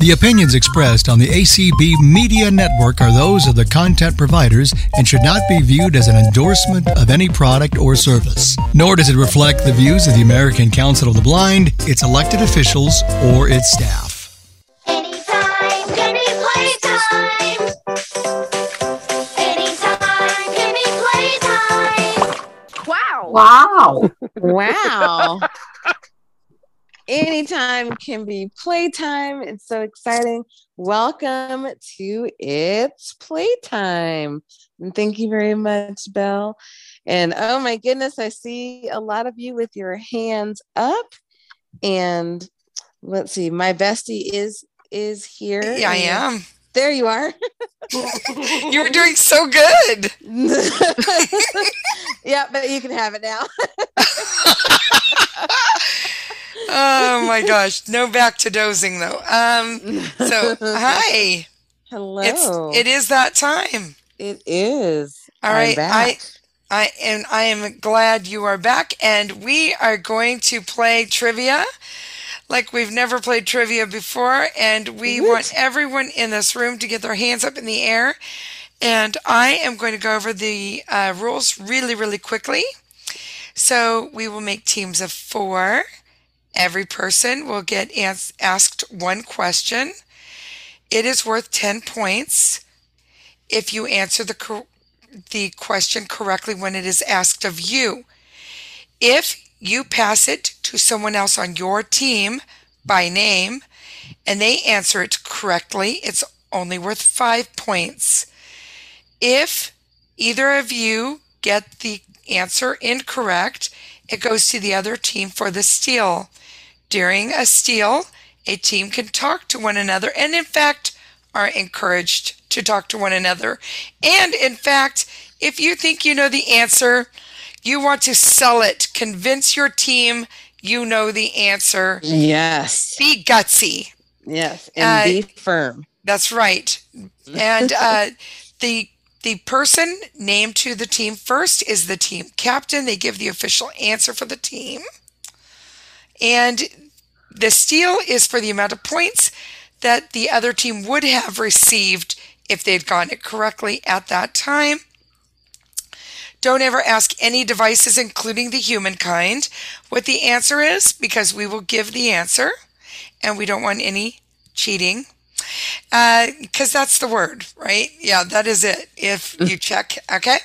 The opinions expressed on the ACB Media Network are those of the content providers and should not be viewed as an endorsement of any product or service. Nor does it reflect the views of the American Council of the Blind, its elected officials, or its staff. Anytime, any playtime. Anytime, any playtime. Wow. Wow. Wow. Anytime can be playtime. It's so exciting. Welcome to It's Playtime. And thank you very much, Belle. And oh my goodness, I see a lot of you with your hands up. And let's see, my bestie is is here. Yeah, I am. There you are. You were doing so good. yeah, but you can have it now. Oh my gosh. No back to dozing though. Um so hi. Hello. It's it is that time. It is. All I'm right. I back. I and I am glad you are back and we are going to play trivia like we've never played trivia before and we Woot. want everyone in this room to get their hands up in the air and I am going to go over the uh, rules really really quickly. So we will make teams of 4. Every person will get ans- asked one question. It is worth 10 points if you answer the cor- the question correctly when it is asked of you. If you pass it to someone else on your team by name and they answer it correctly, it's only worth 5 points. If either of you get the answer incorrect, it goes to the other team for the steal. During a steal, a team can talk to one another and, in fact, are encouraged to talk to one another. And, in fact, if you think you know the answer, you want to sell it, convince your team you know the answer. Yes. Be gutsy. Yes. And Uh, be firm. That's right. And uh, the the person named to the team first is the team captain. They give the official answer for the team. And the steal is for the amount of points that the other team would have received if they'd gotten it correctly at that time. Don't ever ask any devices, including the humankind, what the answer is, because we will give the answer and we don't want any cheating because that's the word, right? Yeah, that is it. If you check, okay.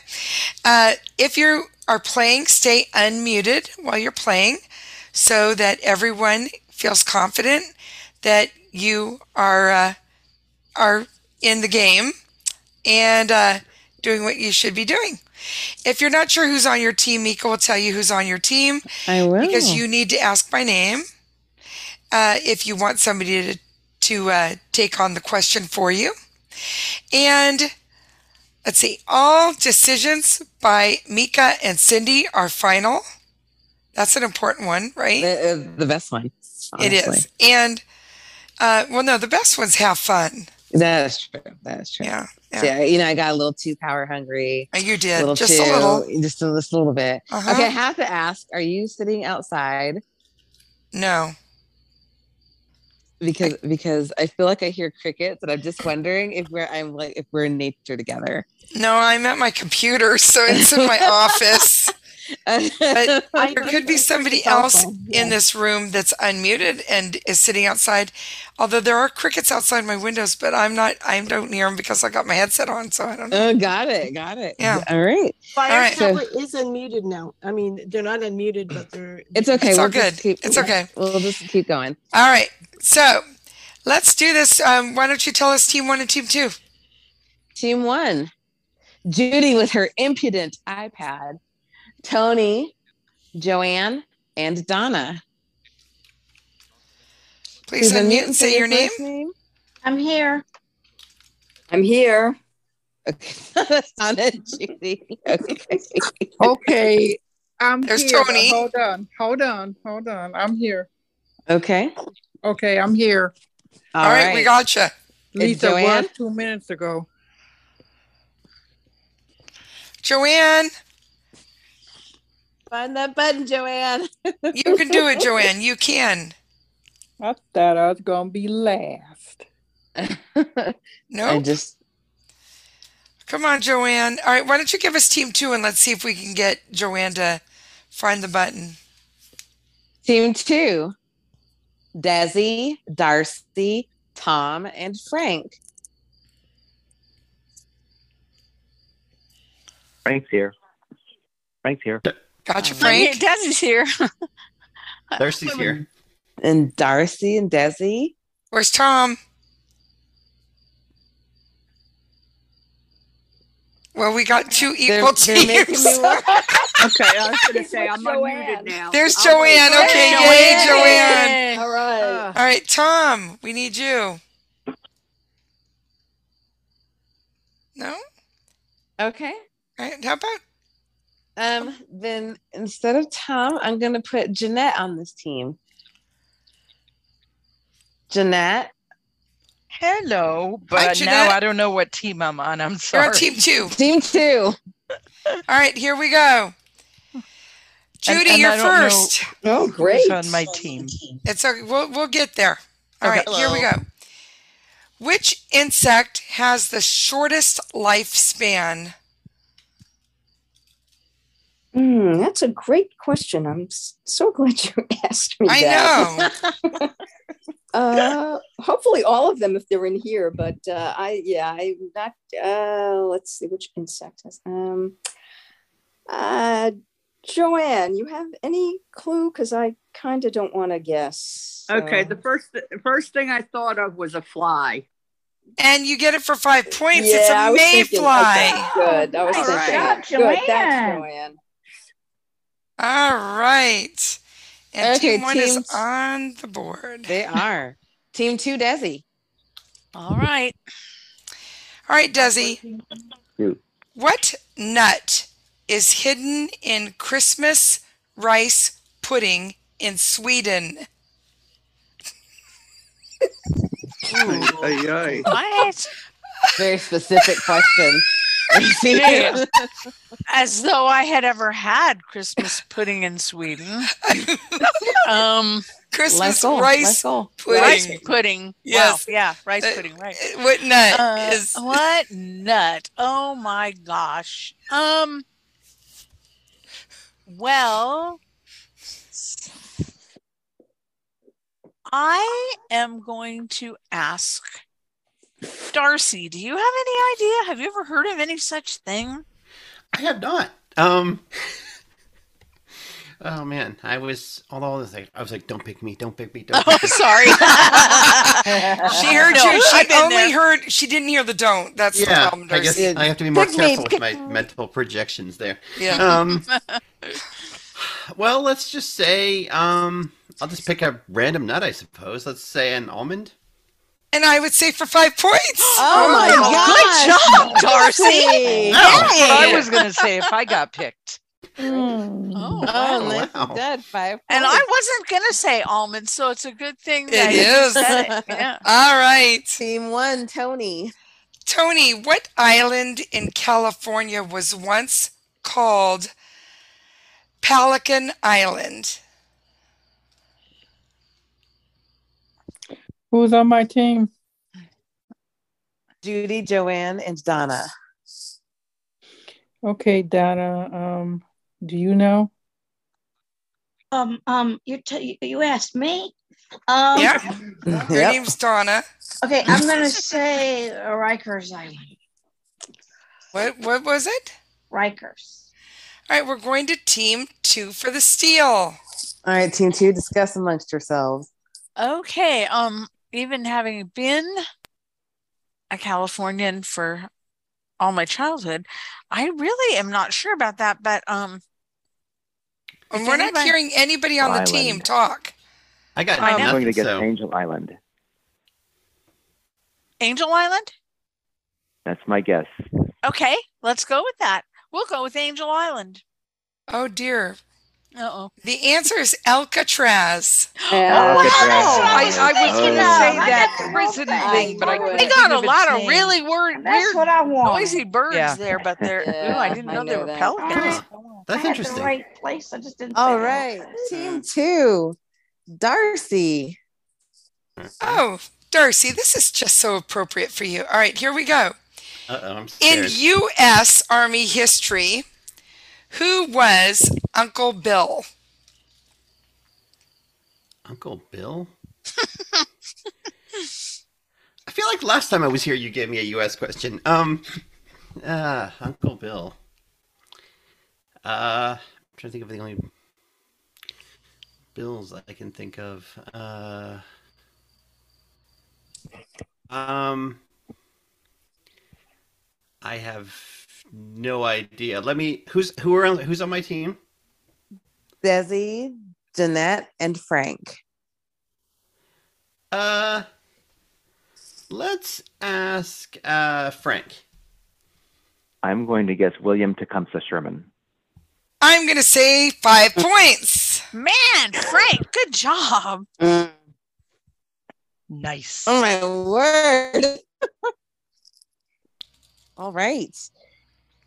Uh, if you are playing, stay unmuted while you're playing, so that everyone feels confident that you are uh, are in the game and uh, doing what you should be doing. If you're not sure who's on your team, Mika will tell you who's on your team I will. because you need to ask by name uh, if you want somebody to to uh, take on the question for you. And let's see, all decisions by Mika and Cindy are final. That's an important one, right? the, uh, the best one. It honestly. is. And uh, well, no, the best ones have fun. That is true. That is true. Yeah. Yeah, Uh, You know, I got a little too power hungry. you A did little just too, a little. Just a, just a little bit. Uh-huh. Okay. I have to ask Are you sitting outside? No, Because because I feel like I hear crickets, and I'm just wondering if we're I'm like if we're in nature together. no, I'm at my computer, so it's in my office. I- There could be somebody else in this room that's unmuted and is sitting outside. Although there are crickets outside my windows, but I'm not. I don't hear them because I got my headset on, so I don't. know. Uh, Oh, got it, got it. Yeah. All right. All Fire right. Tower is unmuted now. I mean, they're not unmuted, but they're. It's okay. It's all just good. Keep, It's okay. We'll just keep going. All right, so let's do this. Um, why don't you tell us team one and team two? Team one, Judy with her impudent iPad, Tony, Joanne, and Donna. Please Please unmute and say your name. first I'm here. I'm here. Okay. Donna and Judy. Okay. Okay, I'm There's here. Tony. Hold on, hold on, hold on. I'm here. Okay. Okay, I'm here. All right, we got you. Lisa Joanne? was two minutes ago. Joanne, Find that button, Joanne. you can do it, Joanne. You can. I thought I was gonna be last. No, I just come on, Joanne. All right, why don't you give us team two and let's see if we can get Joanne to find the button. team two. Desi, Darcy, Tom, and Frank. Frank's here. Frank's here. Gotcha, Frank Frank. Desi's here. Darcy's here. And Darcy and Desi. Where's Tom? Well, we got two They're, equal they're making teams. me work. Okay, I was gonna say I'm Joanne. unmuted now. There's Joanne. Okay, yay, Joanne. All right. Uh, All right, Tom, we need you. No? All Okay. right, how about Um, then instead of Tom, I'm gonna put Jeanette on this team. Jeanette. Hello, Hi, but Jeanette. now I don't know what team I'm on. I'm you're sorry. on team two? Team two. All right, here we go. Judy, and you're I don't know- first. Oh, Who's great. on my team? It's okay. We'll we'll get there. All Okay. right, here we go. Which insect has the shortest lifespan? Hmm, that's a great question. I'm s- so glad you asked me I that. know. Uh, hopefully, all of them if they're in here. But uh, I, yeah, I'm not. Uh, let's see which insect has. Um, uh, Joanne, you have any clue? Because I kind of don't want to guess. so- Okay, the first the first thing I thought of was a fly. And you get it for five points. it's I a was mayfly. thinking- okay, Good. I was Nice thinking. job, Good. Thanks, Joanne. All right. And Okay, team one teams. is on the board. They are. team two, Desi. All right. All right, Desi. You. What nut is hidden in Christmas rice pudding in Sweden? What? Very specific question. Yeah. As though I had ever had Christmas pudding in Sweden. um, Christmas Let's go. Let's rice go. pudding. rice pudding. Yes. Wow. Yeah, rice Uh, pudding. Right. What nut Uh, is? what nut? Oh my gosh. Um. Well, I am going to ask Darcy. Do you have any idea? Have you ever heard of any such thing? I have not. Um. Oh man, I was although I was like, I was like, don't pick me, don't pick me, don't. Oh, Pick me. sorry. She heard No, you. She I've been only there. heard. She didn't hear the don't. That's the Yeah, problem, I guess Darcy. I have to be more Pick me, careful with pick my me. mental projections there. Yeah. Um. Well, let's just say um, I'll just pick a random nut, I suppose. Let's say an almond. And I would say for five points. Oh my Oh, god. Good job, Darcy. Darcy. That's what I was going to say if I got picked. Mm. Oh, wow. nice Wow. done. Five. And I points. wasn't going to say almonds, so it's a good thing that It you is. said it. Yeah. All right, team one, Tony. Tony. What island in California was once called Pelican Island? Who's on my team? Judy, Joanne, and Donna. Okay, Donna. Um, do you know? Um, um, you t- you asked me. Um, Yeah. Mm-hmm. Her Yep. name's Donna. Okay, I'm gonna say Rikers Island. What what was it? Rikers. All right, we're going to team two for the steal. All right, team two, discuss amongst yourselves. Okay. Um, even having been a Californian for all my childhood, I really am not sure about that. But um, And If we're not anybody- hearing anybody on the Island. team talk. I got I know. I'm nothing. going to get so Angel Island. Angel Island. That's my guess. Okay, let's go with that. We'll go with Angel Island. Oh dear. Uh oh. The answer is Alcatraz. Uh, I, I was going to Oh. say I that got the whole prison thing. thing, but I couldn't They think got of a its lot of name. really weird, And that's what I want. noisy birds Yeah. there, but they're. Yeah, ooh, I didn't I know they know were that. pelicans. I had That's the interesting. right place. I just didn't. All say it. right, team two, Darcy. Oh, Darcy, this is just so appropriate for you. All right, here we go. Uh oh, I'm In scared. U.S. Army history, who was Uncle Bill? Uncle Bill? I feel like last time I was here, you gave me a U.S. question. Um, uh, Uncle Bill. Uh, I'm trying to think of the only bills I can think of. Uh, um, I have no idea. Let me. Who's who are on, who's on my team? Desi, Danette, and Frank. Uh, let's ask uh Frank. I'm going to guess William Tecumseh Sherman. I'm going to say five points. Man, Frank, good job. Mm. Nice. Oh my word. All right.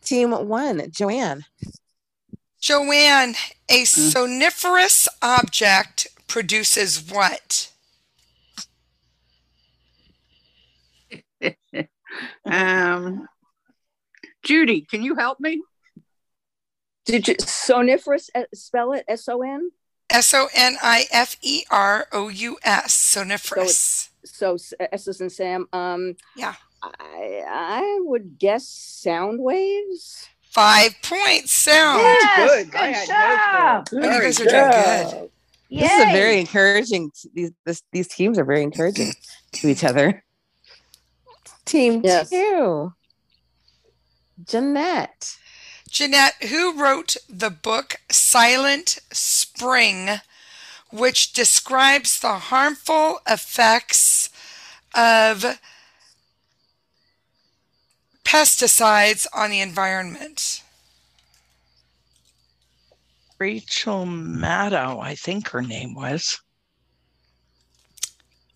Team one, Joanne. Joanne, a soniferous object produces what? Um, Judy, can you help me? Did you soniferous uh, spell it S O N? S O N I F E R O U S, soniferous. So S is in Sam. Um, yeah. I I would guess sound waves. Five points sound. Yes, Good. I Good had job. no clue. Oh, you Very guys are doing good. This is a Yay. very encouraging. These this, these teams are very encouraging to each other. Team Yes. two, Jeanette. Jeanette, who wrote the book Silent Spring, which describes the harmful effects of pesticides on the environment? Rachel Maddow, I think her name was.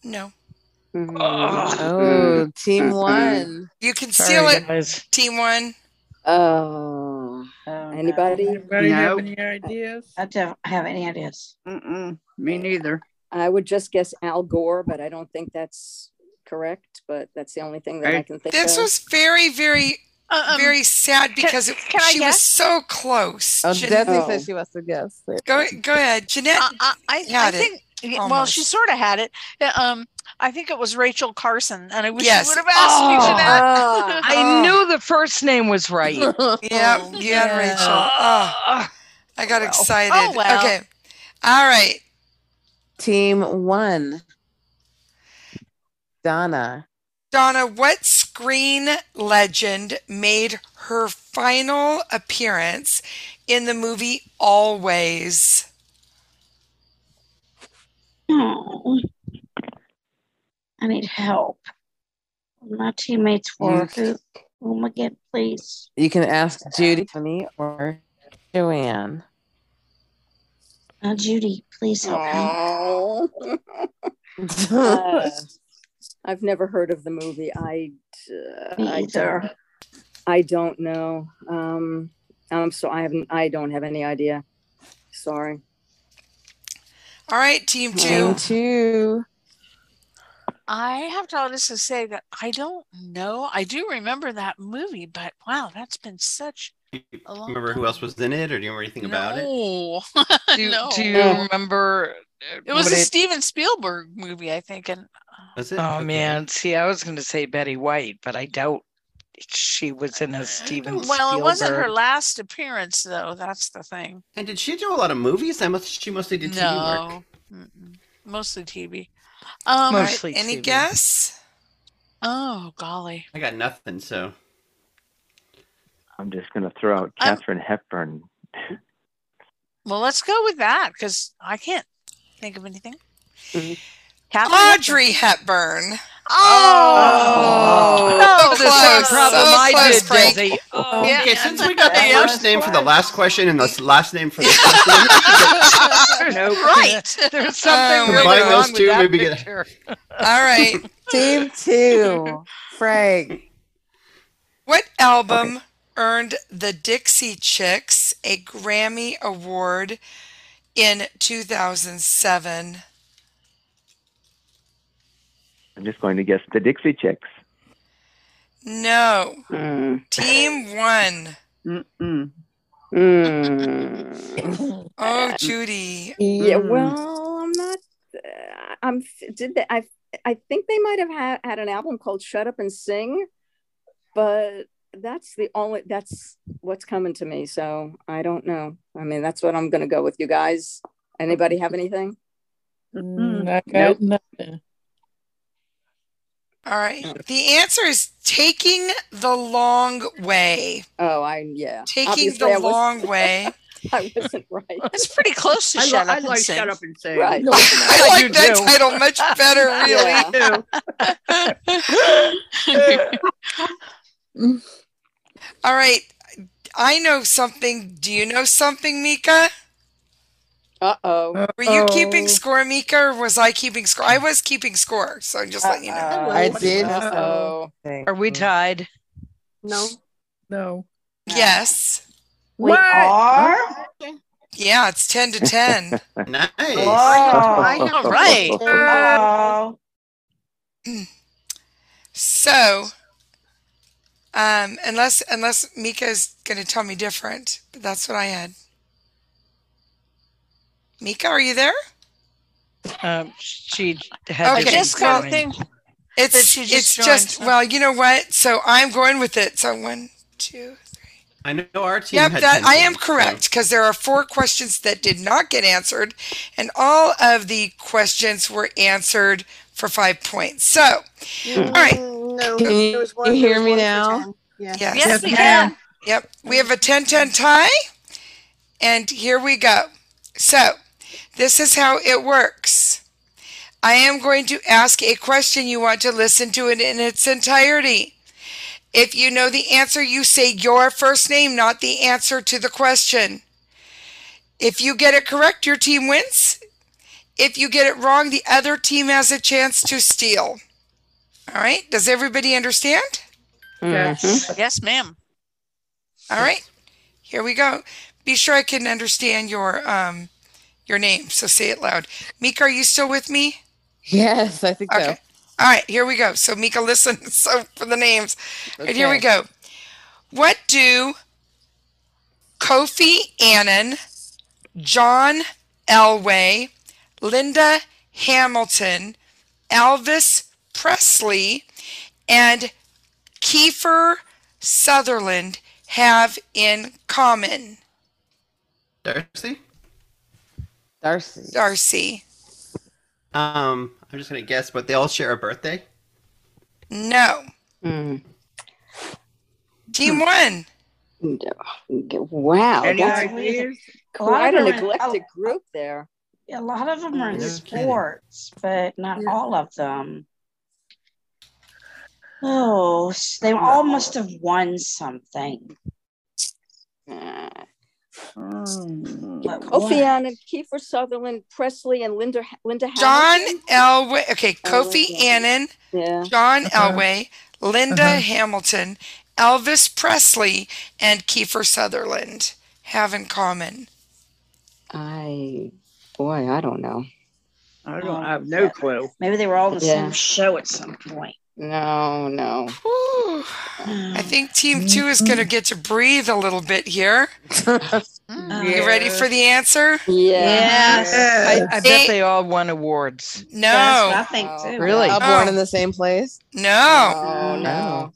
No. Ugh. Oh, team one. You can steal Sorry, it, guys. team one. Oh, anybody? Anybody have No. any ideas? I don't have any ideas. Mm-mm, me neither. I would just guess Al Gore, but I don't think that's correct. But that's the only thing that I Right. can think This of. was very, very, Oh. Um, very sad can- because it- can I she was guess? so close. Oh, Jean- Desi Oh. said she wants to guess. go, go ahead, Jeanette. I, I, I, I Had it. think. yeah, Well, she Almost. sort of had it. Yeah, Um, I think it was Rachel Carson, and I wish Yes. Oh. you would have asked me Oh. for that. Ah. I knew the first name was right. Yeah, yeah, Rachel. Oh, Ugh. I got well. excited. Oh, well. Okay. All right. Team one, Donna. Donna, what screen legend made her final appearance in the movie Always? Oh. I need help. My teammates were. Who, who am I again, please? You can ask Judy, Tony, or Joanne. Uh, Judy, please help me. Oh. Uh, I've never heard of the movie. I uh, Me I don't, either. I don't know. Um, I'm so I haven't. I don't have any idea. Sorry. All right, team two. Team two, I have to honestly say that I don't know. I do remember that movie, but wow, that's been such a long Remember who time. else was in it, or do you remember anything about it? no. Do, no. do you remember? uh, it was what a Steven Spielberg movie, I think, and uh, Was it? Oh Okay. man, see, I was going to say Betty White, but I doubt she was in a Steven well, it wasn't her Spielberg. last appearance though. That's the thing. And did she do a lot of movies? I must. She mostly did TV work. No, Mm-mm. mostly TV. Um, All right, Mostly any TV. guess? oh golly, I got nothing. So I'm just going to throw out I'm- Katherine Hepburn. well, let's go with that because I can't think of anything. Mm-hmm. Mhm. Katharine Hepburn. Audrey Hepburn. Oh, Oh, so the same close, problem so I close, did, Frank. Desi. um, Oh, Yeah. okay, since we got the Yeah. first name for the last question and the s- last name for the first one, nope. right. There's something Oh, really combine wrong those with two, that maybe get- picture. All right. team two, Frank. What album earned the Dixie Chicks a Grammy Award in 2007? I'm just going to guess the Dixie Chicks. No. Mm. Team one. Mm. Mm-mm. Oh, Judy. Yeah, well, I'm not. Uh, I'm did they? I I think they might have had, had an album called "Shut Up and Sing," but that's the only that's what's coming to me. So I don't know. I mean, that's what I'm going to go with. You guys, anybody have anything? Mm, I got nothing. All right. The answer is taking the long way. Oh, I yeah. Taking Obviously, I the was- long way. I wasn't right. That's pretty close to I Shut Up and like Sing. Shut Up and Sing. Right. I like that title much better, really. All right. I know something. Do you know something, Mika? Uh oh. Were you keeping score, Mika, or was I keeping score? I was keeping score, so I'm just letting you know. I did. Uh-oh. Are we tied? No. No. Yes. We What? are? Yeah, it's 10 to 10. nice. Oh, All right. So, um, unless unless Mika's going to tell me different, but that's what I had. Mika, are you there? Um, she had Okay, to just go think It's That she just it's joined, just huh? well, you know what? So I'm going with it. So one, two, I know our team. Yep, had that 10 I am points, correct because there are four questions that did not get answered, and all of the questions were answered for five points. So, all right. No, Can you- there was one. you there hear was me one for now? 10. Yeah. Yes, Yep, we have a 10-10 tie, and here we go. So, this is how it works. I am going to ask a question. You want to listen to it in its entirety. If you know the answer, you say your first name, not the answer to the question. If you get it correct, your team wins. If you get it wrong, the other team has a chance to steal. All right. Does everybody understand? Mm. Yes. Yes, ma'am. All right. Here we go. Be sure I can understand your um your name, so say it loud. Mika, are you still with me? Yes, I think so. All right, here we go. So Mika, listen. So for the names, and here we Okay. go. What do Kofi Annan, John Elway, Linda Hamilton, Elvis Presley, and Kiefer Sutherland have in common? Darcy. Darcy. Darcy, Um, I'm just gonna guess, but they all share a birthday. no. Team one. Wow, Any that's ideas? quite an Quite a- eclectic Oh. group there. A lot of them are in No kidding. sports, but not all of them. Oh, s- they all must have won something. Hmm. Uh, but what? Kofi Annan, Oh, Kiefer Sutherland, Presley, and Linda Linda John Hamilton. Elway. Okay, Oh, Kofi Annan, John Uh-huh. Elway, Linda Uh-huh. Hamilton, Elvis Presley, and Kiefer Sutherland have in common. I boy, I don't know. I don't I have no clue. Oh, Maybe they were all in the Yeah. same show at some point. No, no. I think Team Two is going to get to breathe a little bit here. You ready for the answer? Yes. I, I bet they all won awards. No. Really? No. All born in the same place? Oh. No. no.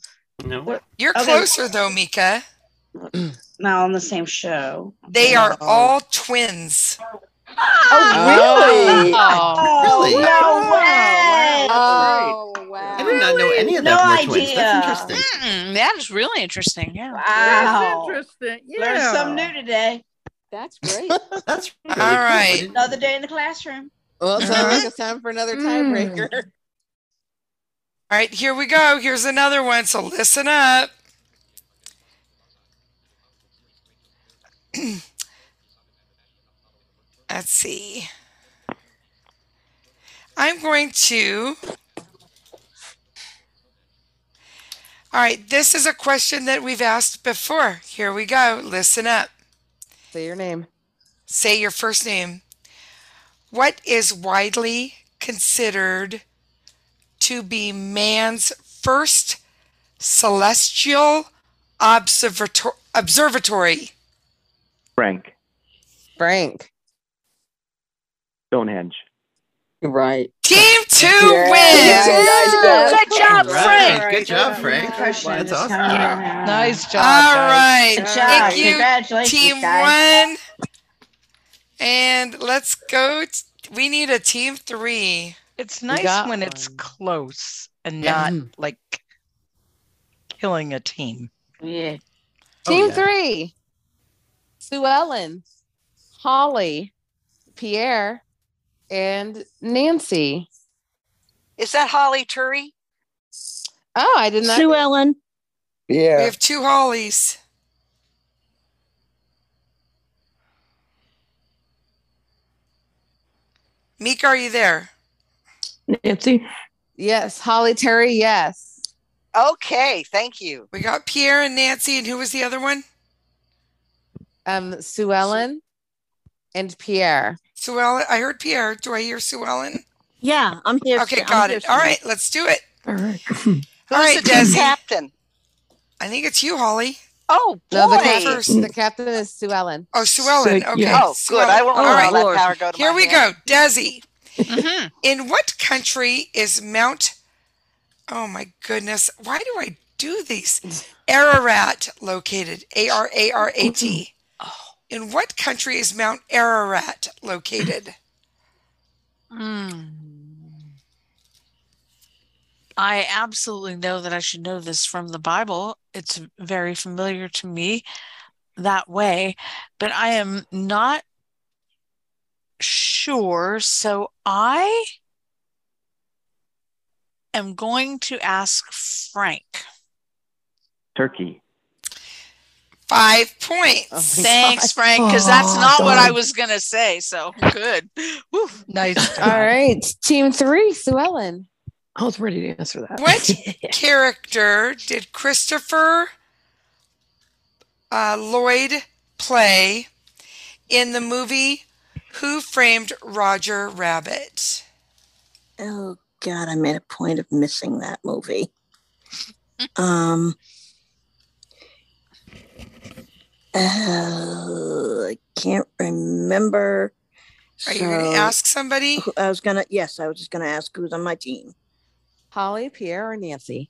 No. You're Okay. closer though, Mika. Not on the same show. They Okay. are all twins. Oh, really? Oh, Really? No way. Oh, wow. I did not know any of No them were idea. twins. That's interesting. Mm, that is really interesting. Yeah. Wow. interesting. Learned yeah. something new today. That's great. That's All right. Uh-huh. Another day in the classroom. Well, it sounds like it's time for another Hmm. Mm. tiebreaker. All right, here we go. Here's another one. So listen up. Let's see. I'm going to. All right, this is a question that we've asked before. Here we go. Listen up. Say your name. Say your first name. What is widely considered to be man's first celestial observator- observatory? Frank Frank. Stonehenge. You're right. Team two Yeah. wins. Yeah. Good job, Right. Frank. Good job, Frank. That's awesome. Nice job. All guys. right. Thank you, team one. And let's go. t- we need a team three. It's nice got when it's close and Yeah. not like killing a team. Yeah. Oh, Team three Sue Ellen, Holly, Pierre, and Nancy. Is that Holly Turi? Oh, I did not. Sue Ellen. We Yeah. have two Hollies. Meek, are you there? Nancy. Yes. Holly Terry, yes. Okay, thank you. We got Pierre and Nancy, and who was the other one? Um, Sue Ellen and Pierre. Sue Ellen. I heard Pierre. Do I hear Sue Ellen? Yeah, I'm here. Okay, I'm got here, it. All Sue. right, let's do it. All right. All right, the team Desi. captain? I think it's you, Holly. Oh, No, the boy. captain, the captain is Sue Ellen. Oh, Sue Ellen. Okay. Oh, Sue good. I Ellen. won't All let right. that power go to Here my we head. go. Desi. Mm-hmm. In what country is Mount? Oh my goodness! Why do I do these? Ararat located. A R A R A T. Oh. In what country is Mount Ararat located? Mm. Mm. I absolutely know that I should know this from the Bible. It's very familiar to me that way, but I am not sure. So I am going to ask Frank. Turkey. Five Oh points. Thanks, Frank, because that's Oh, not what I God. was going to say. So good. Nice. All right, team three, Sue Ellen. I was ready to answer that. What character did Christopher uh, Lloyd play in the movie Who Framed Roger Rabbit? Oh God, I made a point of missing that movie. Um. uh, I can't remember. Are you going to ask somebody? I was gonna. Yes, I was just gonna ask who's on my team. Holly, Pierre, or Nancy?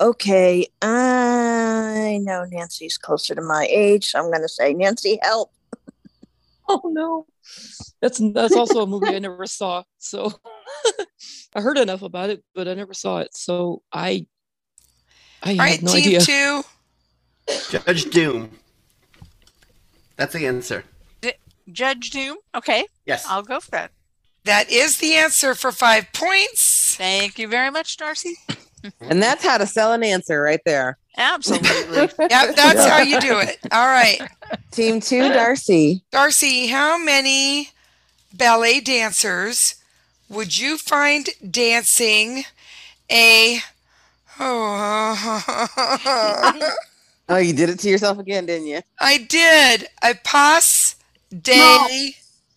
Okay, I know Nancy's closer to my age, so I'm gonna say Nancy, help. Oh no, that's that's also a movie I never saw. So I heard enough about it, but I never saw it. So I, I All have right, no team idea. two. Judge Doom. That's the answer. D- Judge Doom. Okay. Yes. I'll go for that. That is the answer for five points. Thank you very much, Darcy. And that's how to sell an answer right there. Absolutely. Yep, that's how you do it. All right. Team two, Darcy. Darcy, how many ballet dancers would you find dancing a oh Oh, you did it to yourself again, didn't you? I did a pas de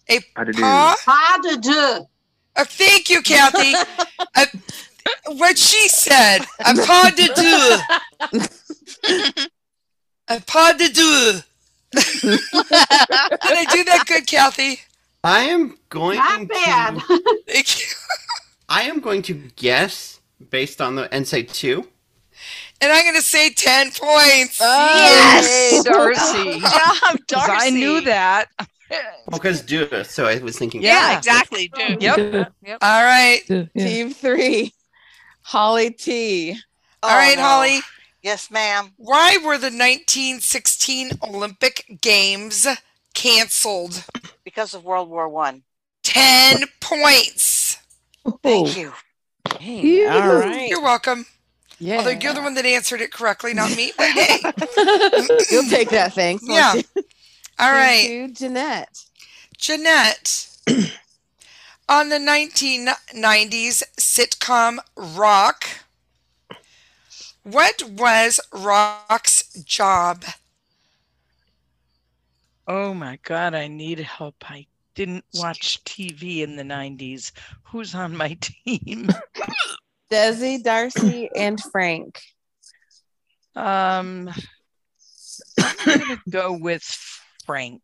a Pas de deux. pas de deux. Oh, thank you, Kathy. A- what she said, a pas de deux. a pas de deux. Did I do that good, Kathy? I am going Not bad. Thank you. I am going to guess based on the and say two. And I'm going to say 10 points. yes, Oh. Darcy. Because I knew that. Well, because do so I was thinking. exactly. Dude. Yep. All right. Team three, Holly T. All right, Holly. Oh, Yes, ma'am. Why were the 1916 Olympic Games canceled? Because of World War One. 10 points. Thank you. all right. You're welcome. Yeah. Although you're the one that answered it correctly, not me. But hey, You'll take that, thanks. won't yeah. you? All right. Team two, Jeanette. Jeanette, on the 1990s sitcom Rock, what was Rock's job? Oh my God, I need help. I didn't watch TV in the 90s. Who's on my team? Desi, Darcy, and Frank. Um, I'm gonna go with Frank.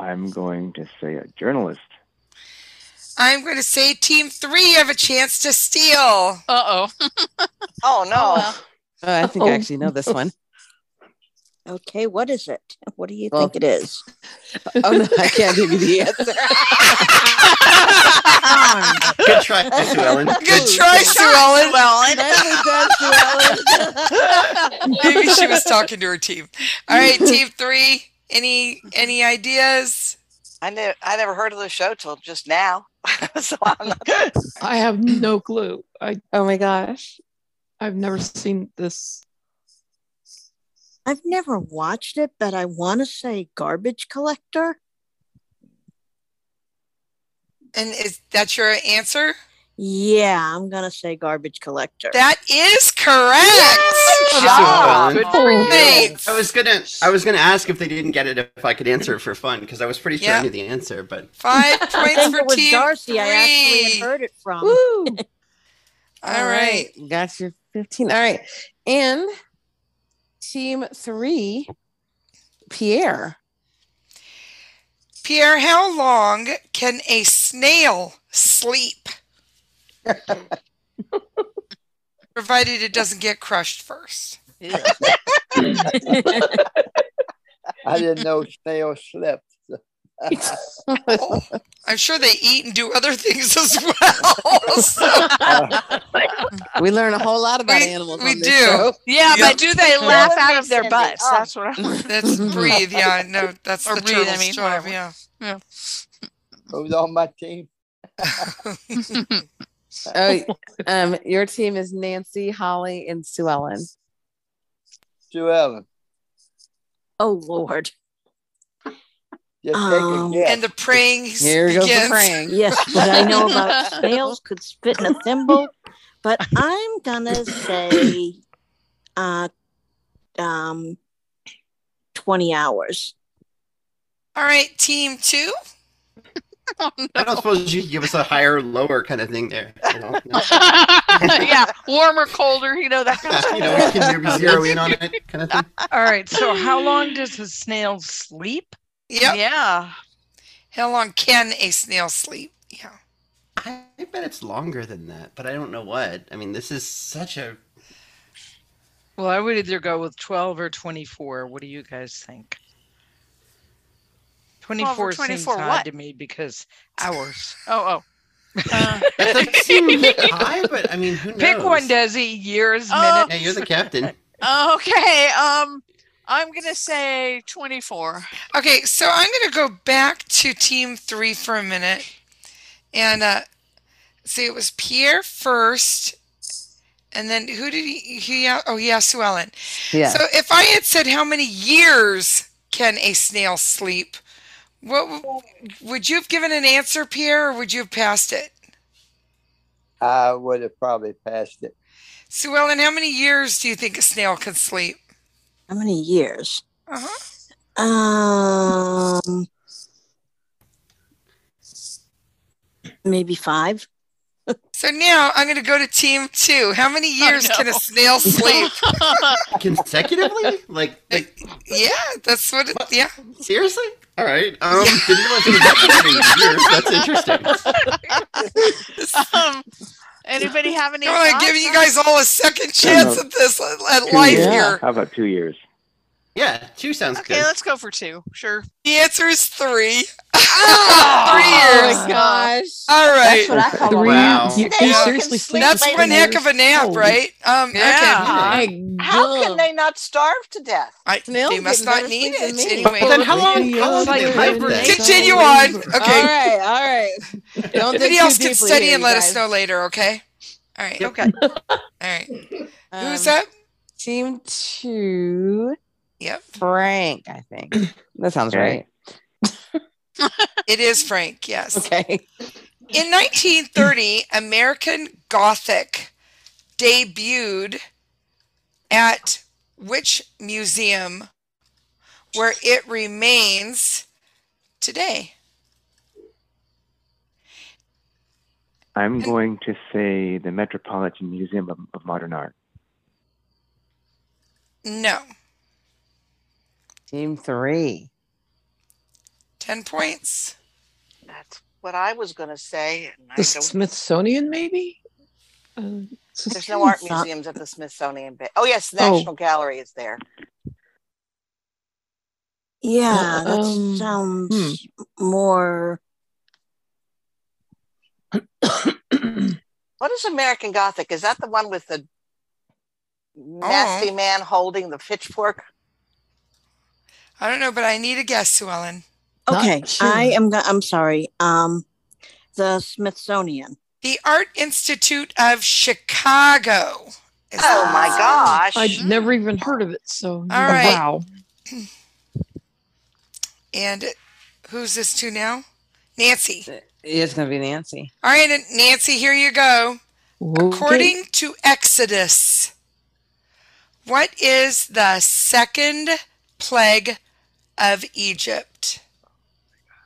I'm going to say a journalist. I'm going to say Team Three have a chance to steal. Uh oh. oh no. Oh, I think I actually know this one. Okay, what is it? What do you Well- think it is? Oh no, I can't give you the answer. Good try, Sue Ellen. Good try, Sue Ellen. Maybe she was talking. talking to her team. All right, Team Three. Any any ideas? I knew I never heard of the show till just now. so I'm not, I have no clue. I oh my gosh, I've never seen this. I've never watched it, but I want to say garbage collector. And is that your answer? Yeah, I'm gonna say garbage collector. That is correct. Good for you. I was gonna, I was gonna ask if they didn't get it if I could answer it for fun because I was pretty sure Yeah. I knew the answer, but Five points I think for it was Team Darcy. I actually Three. had heard it from. All right. um, Got your 15. All right. And team three, Pierre. Pierre, how long can a snail sleep? Provided it doesn't get crushed first. I didn't know snail slept. I'm sure they eat and do other things as well. so- We learn a whole lot about We- animals. we on this do. show. Yeah, Yep. but do they laugh out of their butts? Oh. That's what I'm. That's breathe, yeah. No, that's Or the breathe, I turtle's mean, job, yeah. Yeah. Who's on my team? Oh, um, your team is Nancy, Holly, and Sue Ellen. Sue Ellen. Oh Lord. Just Oh. Um, take a guess. And the praying Here goes the begins. praying. Yes, but I know about snails could spit in a thimble, but I'm gonna say, uh, um, twenty hours. All right, team two. Oh, I don't suppose you could give us a higher, lower kind of thing there. You know, No. yeah, warmer, colder, you know that kind of you know we can maybe zero in on it kind of thing. All right. So how long does a snail sleep? Yep. Yeah. How long can a snail sleep? Yeah. I bet it's longer than that, but I don't know what. I mean, this is such a Well, I would either go with 12 or 24. What do you guys think? 24, seems 24 odd what? to me because hours. Oh, oh. Uh, That doesn't seem a bit high, but I mean, who knows? Pick one, Desi. Years, Oh. Yeah, minutes. you're the captain. okay. Um, I'm gonna say 24. Okay, so I'm going to go back to team three for a minute. And uh, see, it was Pierre first. And then who did he? he oh, yeah, Sue Ellen. Yeah. So if I had said how many years can a snail sleep, what w- would you have given an answer, Pierre, or would you have passed it? I would have probably passed it. Sue Ellen, how many years do you think a snail can sleep? How many years? Uh-huh. Um, maybe five. So now I'm going to go to team two. How many years can a snail sleep? Consecutively? Like, like yeah, that's what. It, yeah. seriously? All right. Um, didn't realize it was that many years. That's interesting. Um, anybody have any? I want thoughts to give you on- guys all a second chance at this at, at Two life years. here. How about two years? Yeah, two sounds Okay, let's go for two. Sure. The answer is three. Three years. Oh my gosh. All right. what I call Three. Wow. You, you seriously sleep That's for one three heck of a years? nap, Holy right? Um, Oh Yeah. Okay. How can they not starve to death? I, Snails they must get not better need sleep than it me. anyway. But then how long? Yeah, How long like did they hibernate? Continue on. All Okay. right. All right. Don't dig Somebody too else can deeply study here, and you let guys. us know later, okay? All right. Yep. Okay. All right. Who's Um, up? Team two, Yep. Frank, I think. That sounds Okay. right. It is Frank, yes. Okay. In 1930, American Gothic debuted at which museum where it remains today. I'm going to say the Metropolitan Museum of, of Modern Art. No. Team three. 10 points. That's what I was going to say. and I The don't- Smithsonian, maybe? Um, so- There's no art museums at the Smithsonian. Ba- oh, yes, the Oh. National Gallery is there. Yeah, that Um, sounds more. What is American Gothic? Is that the one with the nasty Oh. man holding the pitchfork? I don't know, but I need a guess, Sue Ellen. Okay, I am. Go- I'm sorry. Um, the Smithsonian. The Art Institute of Chicago. Oh my gosh. I'd never even heard of it. So, All right. wow. And who's this to now? Nancy. It's gonna be Nancy. All right, and Nancy, here you go. Okay. According to Exodus, what is the second plague of Egypt?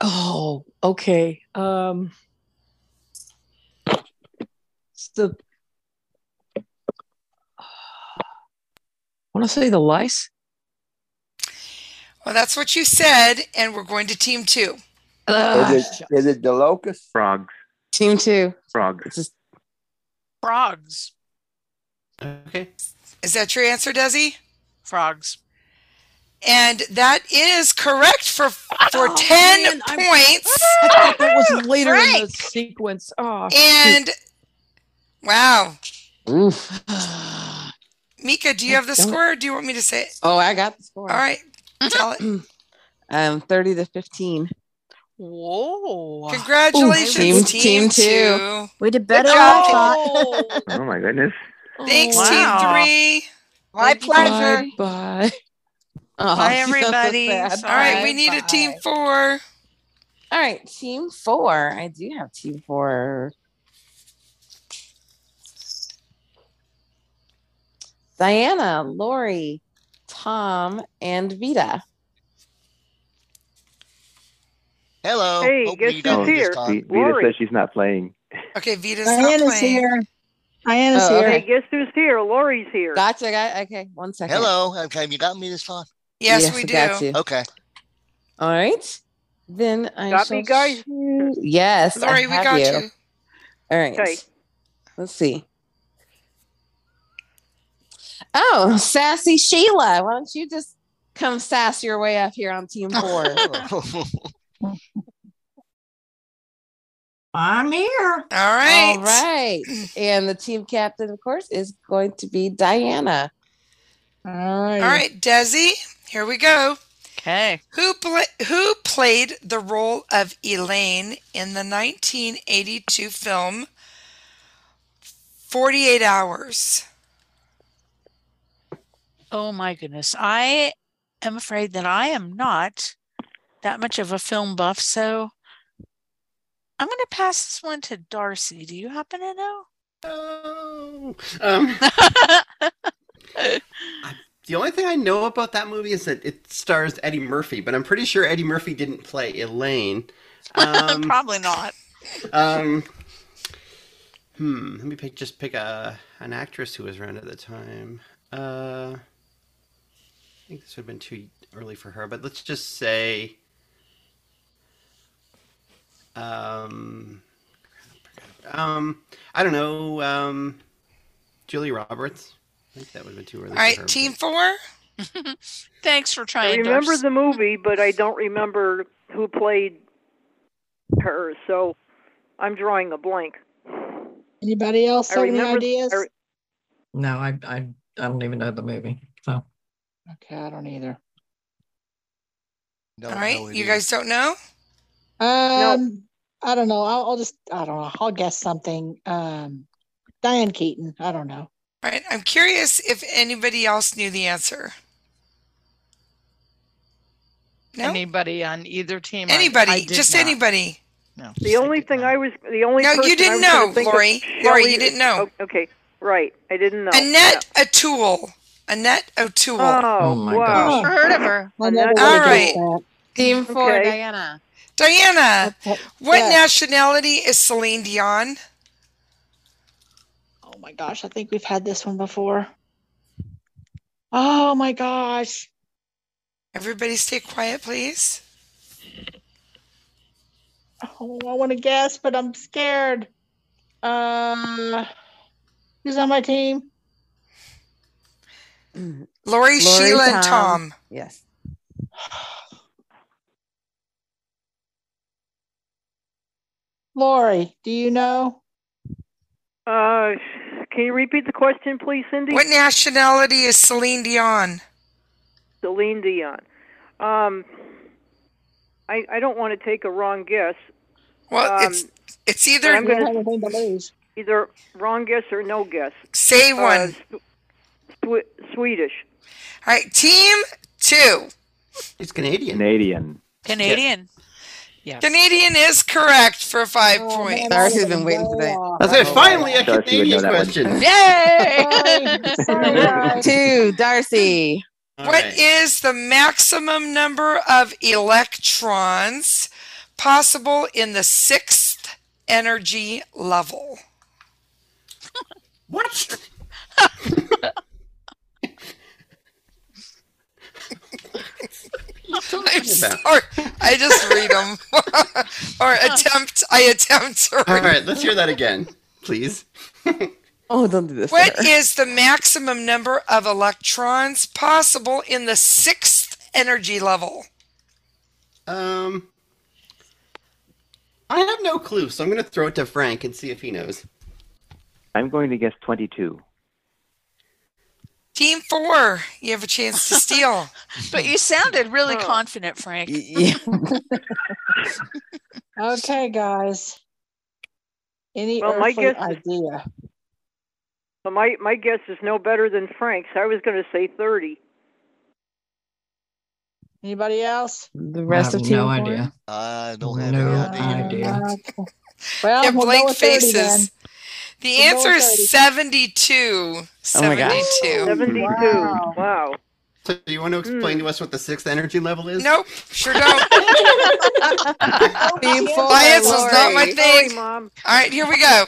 Oh, okay. Um, it's the want to say the lice. Well, that's what you said, and we're going to team two. is, it, is it the locust? Frogs. Team two. Frogs. Frogs. Okay. Is that your answer, Desi? Frogs. And that is correct for for Oh, ten points. That was later in the sequence. Oh, and wow, Oof. Mika, do you have the score? Or do you want me to say it? Oh, I got the score. All right, tell it. Um, thirty to fifteen. Oh. Whoa. Congratulations, Ooh, team- team team, two. two. We did better better than I I thought. Oh my goodness. Thanks, Wow. team three. My pleasure. Bye. Bye, everybody. All right, we need a team four. All right, team four. I do have team four. Diana, Lori, Tom, and Vita. Hello. Hey, Hope guess you who's don't this here? time. V- Vita Lori. says she's not playing. Okay, Vita's Diana's here. Diana's Oh, here. Hey, guess who's here? Lori's here. Gotcha. Got, okay, one second. Hello. Okay, you got me this time? Yes, Yes, we I got do. you. Okay. All right. Then I Got shall me, guys? choo- Yes, I Lori, we have got you. All right. Okay. Let's see. Oh, sassy Sheila, why don't you just come sass your way up here on team four? I'm here. All right. All right. And the team captain, of course, is going to be Diana. All right. All right, Desi, here we go. Okay. Who pla who played the role of Elaine in the 1982 film 48 Hours? Oh my goodness. I am afraid that I am not that much of a film buff, so I'm going to pass this one to Darcy. Do you happen to know? Oh. Um, the only thing I know about that movie is that it stars Eddie Murphy, but I'm pretty sure Eddie Murphy didn't play Elaine. Um, Probably not. um, hmm. Let me pick, just pick a an actress who was around at the time. Uh, I think this would have been too early for her, but let's just say. Um, um, I don't know. Um, Julie Roberts. I think that would have been too early. All for her, right, but- team four. Thanks for I trying. remember Darcy. the movie, but I don't remember who played her, so I'm drawing a blank. Anybody else I have any remember ideas? I re- No, I, I, I don't even know the movie. So Okay, I don't either. All right, you guys don't know? Um, I don't know. I'll, I'll just, I don't know. I'll guess something. Um, Diane Keaton. I don't know. All right, I'm curious if anybody else knew the answer. No? Anybody on either team? I- Anybody, I did just not. anybody. No. The only thing I was, the only No, you person I didn't was gonna know, think of- Lori. Lori, you Shelley- didn't know. Oh, Okay, right, I didn't know. Annette O'Toole Annette O'Toole. Oh, Oh, my wow. gosh. Heard of her. I never would've All guessed right. that. Team four, Okay. Diana. Diana, what yeah. nationality is Celine Dion? Oh my gosh, I think we've had this one before. Oh my gosh. Everybody stay quiet, please. Oh, I want to guess, but I'm scared. Uh, who's on my team? Lori, Sheila, and Tom. Yes. Lori, do you know? Uh, can you repeat the question, please, Cindy? What nationality is Celine Dion? Celine Dion. Um, I I don't want to take a wrong guess. Well, Um, it's it's either but I'm gonna- Either wrong guess or no guess. Say Uh, one. Swe- Swedish. All right, team two. It's Canadian. Canadian. Canadian. Yes. Canadian is correct for five points. Darcy's been waiting for that. That's it. Finally, a Darcy would know Canadian that one. Yay! question. Two, Darcy. What is the maximum number of electrons possible in the sixth energy level? What? I'm about? sorry. I just read them or attempt. I attempt to read. All right, let's hear that again, please. Oh, don't do this. What is the maximum number of electrons possible in the sixth energy level? Um, I have no clue, so I'm going to throw it to Frank and see if he knows. I'm going to guess 22. Team four, you have a chance to steal. But you sounded really confident, Frank. Okay, guys. Any Well, my earthly guess is- idea? Well, my my guess is no better than Frank's. I was going to say thirty. Anybody else? The rest of have team no four? idea. I don't have any idea. Well, Yeah, we'll go blank with 30 faces. then. The We'll go answer with is 72. Oh my gosh. 72. 72. Wow. So, do you want to explain to us what the sixth energy level is? Nope, sure don't. Team four, Science was not my Lori. thing. Sorry, Mom. All right, here we go.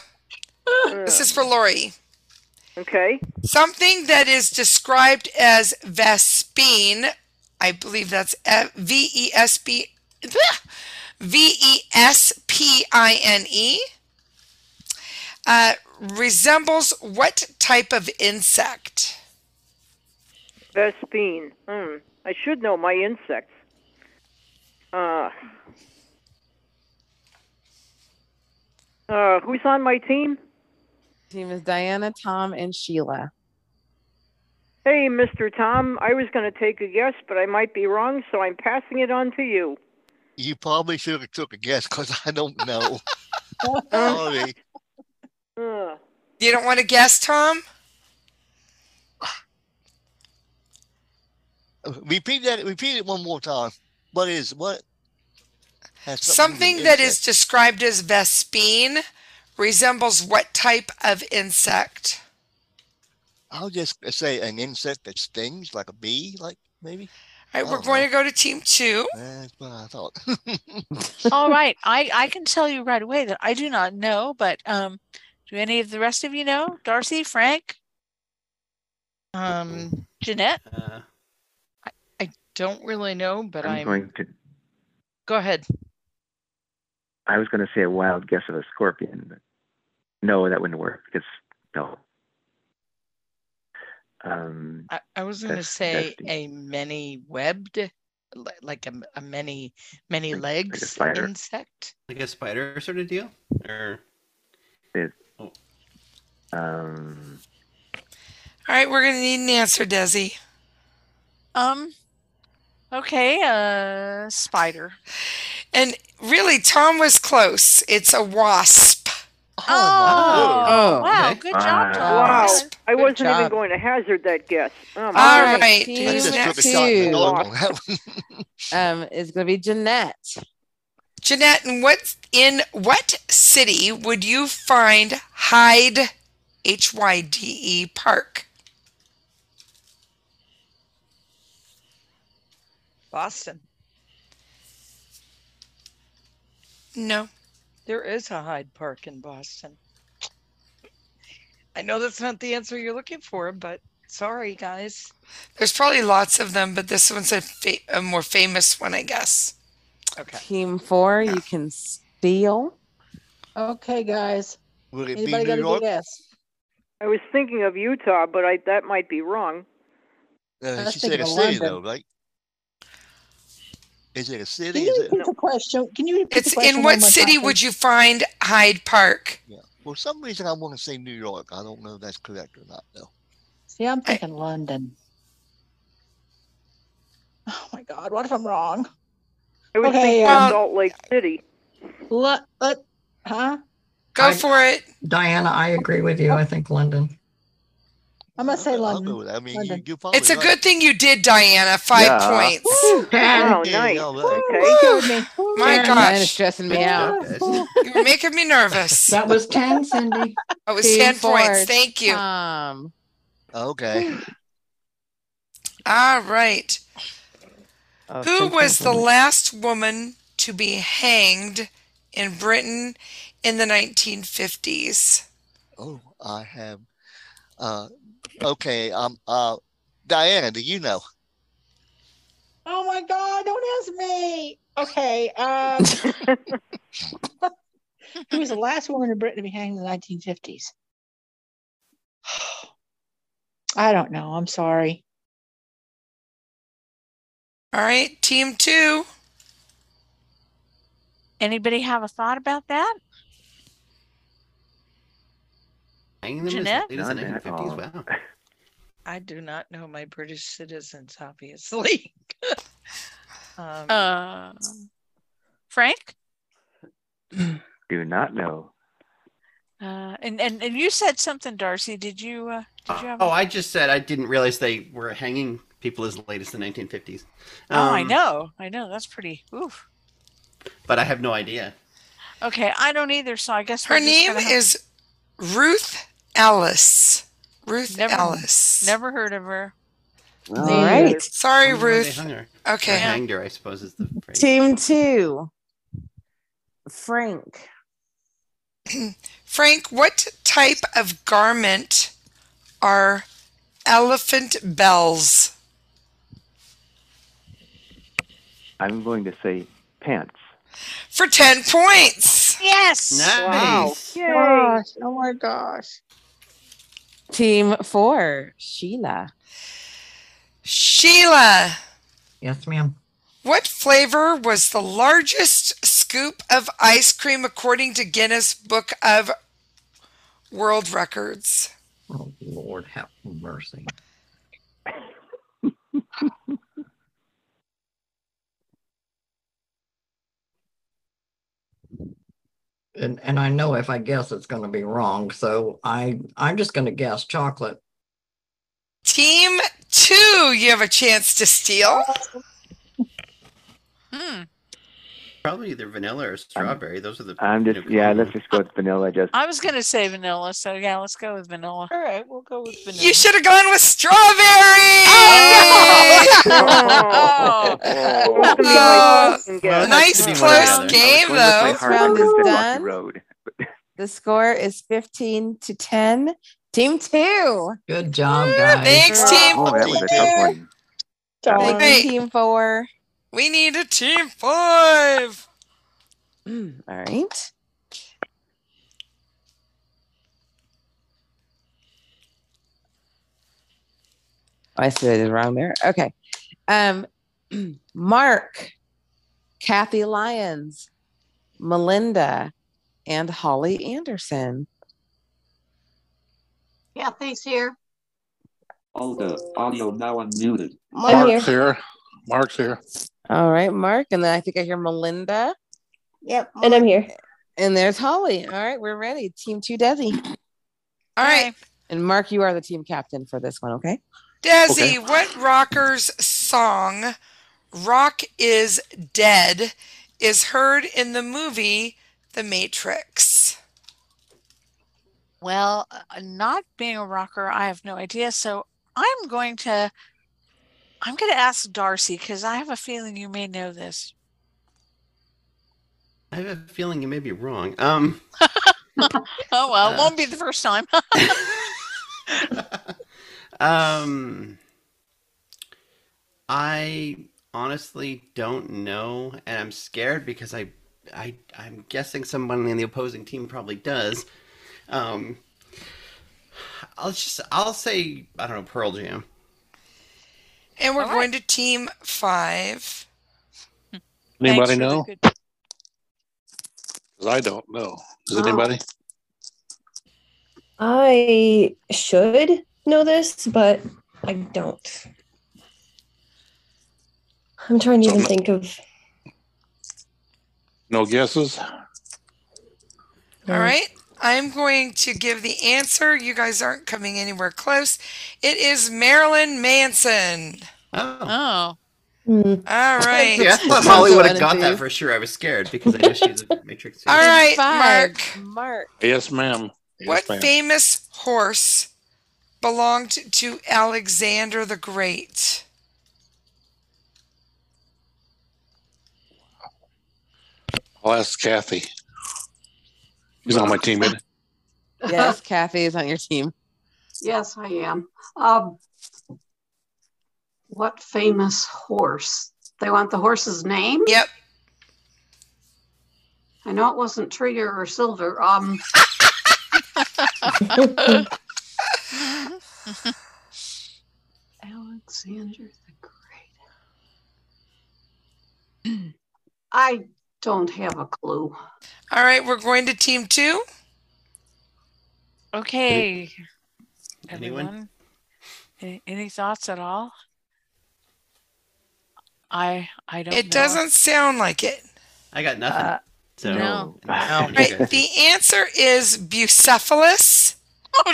This is for Lori. Okay. Something that is described as Vespine, I believe that's V E S B V E S P I N E, uh, resembles what type of insect? Vespine. Hmm. I should know my insects. Uh. Uh, who's on my team? Team is Diana, Tom, and Sheila. Hey, Mr. Tom, I was going to take a guess, but I might be wrong, so I'm passing it on to you. You probably should have took a guess because I don't know. Sorry. Oh. Uh, You don't want to guess, Tom? Repeat that. Repeat it one more time. What is what? Has Something to do with that is described as Vespine resembles what type of insect? I'll just say an insect that stings, like a bee, like maybe. All I right, we're don't going know. to go to team two. That's what I thought. All right. I, I can tell you right away that I do not know, but um, do any of the rest of you know? Darcy, Frank, Um, Jeanette? Uh, I don't really know, but I'm I'm. going to. Go ahead. I was going to say a wild guess of a scorpion, but no, that wouldn't work because no. Um, I, I was going to That's- say that's a many webbed, li- like a, a many many legs spider. insect. like a spider sort of deal? Or it, um, All right, we're going to need an answer, Desi. Um, okay, uh, spider. And really, Tom was close. It's a wasp. Oh, wow. Oh, wow. okay. Good job, Tom. Wow. Yes. I wasn't even job. going to hazard that guess. Oh, All my. right, Team That's just two took a shot in the dark um, is going to be Jeanette. Jeanette, in what, in what city would you find Hyde, H Y D E Park? Boston. No. There is a Hyde Park in Boston. I know that's not the answer you're looking for, but sorry, guys. There's probably lots of them, but this one's a, fa- a more famous one, I guess. Okay. Team four, you can steal. Okay, guys. Would it Anybody be got New a York? good guess? I was thinking of Utah, but I that might be wrong. Uh, Let's she think said a of city London. though, right? Is it a city? Can Is you it? repeat the question? Can you repeat the It's question? in what city would you find Hyde Park? Yeah. For some reason, I want to say New York. I don't know if that's correct or not though. See, I'm thinking London. Oh my God! What if I'm wrong? I was Okay, thinking um, of Salt Lake City. Let, let, uh, huh? Go for it. Diana, I agree with you. I think London. I'm gonna say London. I mean, London. you, It's a good thing you did, Diana. Five Yeah. points. Oh, nice. Okay. My Yeah, gosh. Diana's stressing me out. You were making me nervous. That was 10, Cindy. Um. That was Team 10 points. four, Thank you. Tom. Hmm. Okay. All right. Uh, Oh, Who Tim was the Franklin. last woman to be hanged in Britain in the 1950s? Oh, I have. Uh, okay. Um. Uh, Diana, do you know? Oh my God! Don't ask me. Okay. Um, who was the last woman in Britain to be hanged in the 1950s? I don't know. I'm sorry. All right, team two. Anybody have a thought about that? Hanging them Jeanette? as late as the Not at 1950s. Wow. I do not know my British citizens, obviously. um, Uh, Frank? Do not know. Uh, and, and and you said something, Darcy. Did you uh, did you have? Oh, I just said I didn't realize they were hanging people as late as the 1950s. oh, I Um, know, I know. That's pretty. Oof. But I have no idea. Okay, I don't either. So I guess Her we're just name gonna have- is Ruth Ellis. Ruth Never- Ellis. Never heard of her. All right. either. Sorry, Wonder where they Ruth. hung her. Okay. Or hanged her, I suppose, is the phrase. Team two, Frank. Frank, what type of garment are elephant bells? I'm going to say pants. For 10 points. Yes. Nice. Wow. Gosh! Oh my gosh! Team four, Sheila. Sheila, Yes, ma'am. what flavor was the largest scoop of ice cream according to Guinness Book of World Records? Oh, Lord, have mercy. And, and I know if I guess it's going to be wrong, so I I'm just going to guess chocolate. Team two, you have a chance to steal. Hmm. Probably either vanilla or strawberry. Those are the. I'm just yeah. Let's just go with vanilla. Just I was gonna say vanilla, so yeah, let's go with vanilla. all right, we'll go with vanilla. You should have gone with strawberry. Oh, Supposed to be my second guess. nice Well, close that's- game, I was going with This round is my though. done. road. The score is 15 to 10. Team two. Good job, guys. Thanks, team. Oh, that was a tough one. Thank Darn. you, Wait. team four. We need a team five. Mm, All right. Oh, I see what I did wrong there. Okay. Um, Mark, Kathy Lyons, Melinda, and Holly Anderson. Kathy's here. Audio, audio now unmuted. I'm here. Mark's here. Mark's here. All right, Mark. And then I think I hear Melinda. Yep. And I'm here. And there's Holly. All right, we're ready. Team two, Desi. All right, And Mark, you are the team captain for this one, okay? Desi, what rocker's song "Rock Is Dead" is heard in the movie The Matrix? Well, uh, not being a rocker, I have no idea. So I'm going to I'm going to ask Darcy because I have a feeling you may know this. I have a feeling you may be wrong. Um, Oh, well, Uh, it won't be the first time. um, I honestly don't know, and I'm scared because I, I, I'm guessing someone in the opposing team probably does. Um, I'll just, I'll say, I don't know, Pearl Jam. And we're going to team five. Anybody for the know? good- Because I don't know. Does Um, Wow. anybody? I should know this, but I don't. I'm trying to So even no- think of. No guesses? All right. I'm going to give the answer. You guys aren't coming anywhere close. It is Marilyn Manson. Oh. All right. Yeah, I thought Molly would have got that for sure. I was scared because I know she's a Matrix. All fan. right, Five. Mark. Mark. Yes, ma'am. Yes, What ma'am. famous horse belonged to Alexander the Great? I'll ask Kathy. She's on my team. isn't Yes, Kathy is on your team. Yes, I am. Um, what famous horse? They want the horse's name? Yep. I know it wasn't Treater or Silver. Um, Alexander the Great. I don't have a clue. All right, we're going to team two. Okay. anyone? Everyone, any, any thoughts at all? I I don't. It know. doesn't sound like it. I got nothing. Uh, so no. All Right, the answer is Bucephalus. Oh,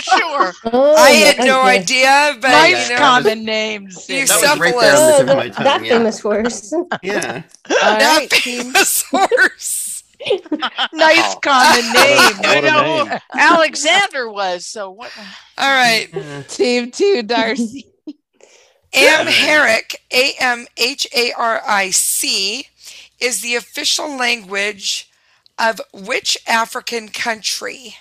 sure. I had no idea, but nice you know, common names. Bucephalus. That was right there on the tip Uh, of my tongue, That yeah. famous horse. Yeah. That famous horse. nice Oh. common name. What I a know name. Alexander was. So what? All right. Mm-hmm. Team two, Darcy. Amharic, A M H A R I C, is the official language of which African country?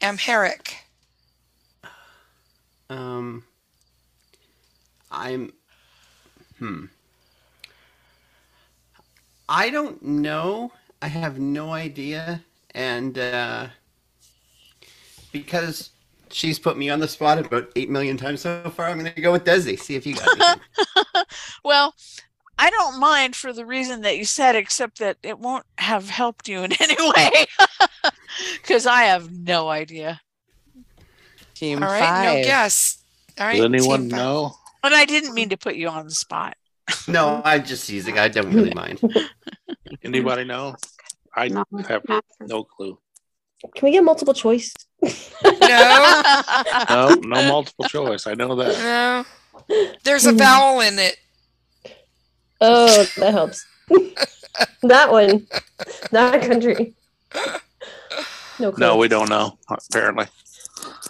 Amharic. Um, I'm. Hmm. I don't know. I have no idea. And uh, because she's put me on the spot about 8 million times so far, I'm going to go with Desi. See if you got it. Well, I don't mind for the reason that you said, except that it won't have helped you in any way, because I have no idea. Team All right, no five. guess. All Does right, anyone team five. know? But I didn't mean to put you on the spot. no, I'm just teasing. I don't really mind. Anybody know? I have no clue. Can we get multiple choice? No. No, no multiple choice. I know that. No. Uh, There's a vowel in it. Hmm. Oh, that helps. that one, that country. No clue. No, we don't know, apparently.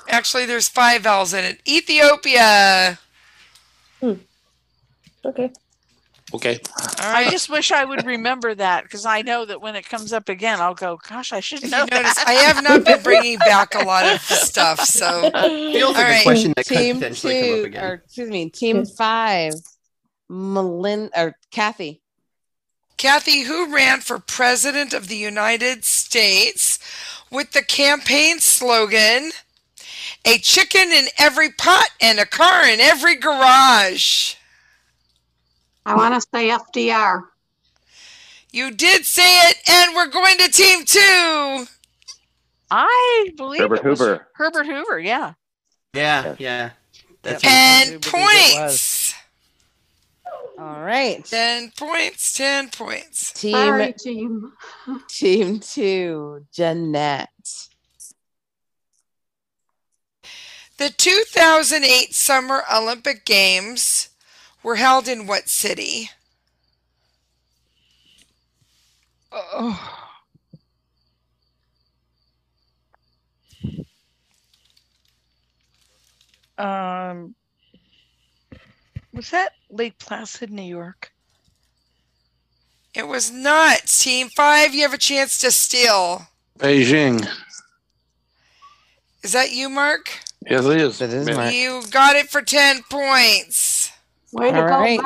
Actually, there's five vowels in it. Ethiopia. Okay. Okay. All I right. just wish I would remember that because I know that when it comes up again, I'll go, gosh, I should If know you notice, that. I have not been bringing back a lot of stuff, so Feels like a question that could team potentially come up two, again. or excuse me, team five. Melinda or Kathy. Kathy, who ran for president of the United States with the campaign slogan, a chicken in every pot and a car in every garage? I want to say FDR. You did say it, and we're going to team two. I believe Herbert it was Hoover. Herbert Hoover, yeah. Yeah, yeah. That's Ten what I'm thinking. points. All right. Ten points. Ten points. Team- Sorry, team. Team two, Jeanette. The 2008 Summer Olympic Games were held in what city? Oh. Um, Was that Lake Placid, New York? It was not. Team five, you have a chance to steal. Beijing. Is that you, Mark? Yes, it is. It is You got it for 10 points. All right.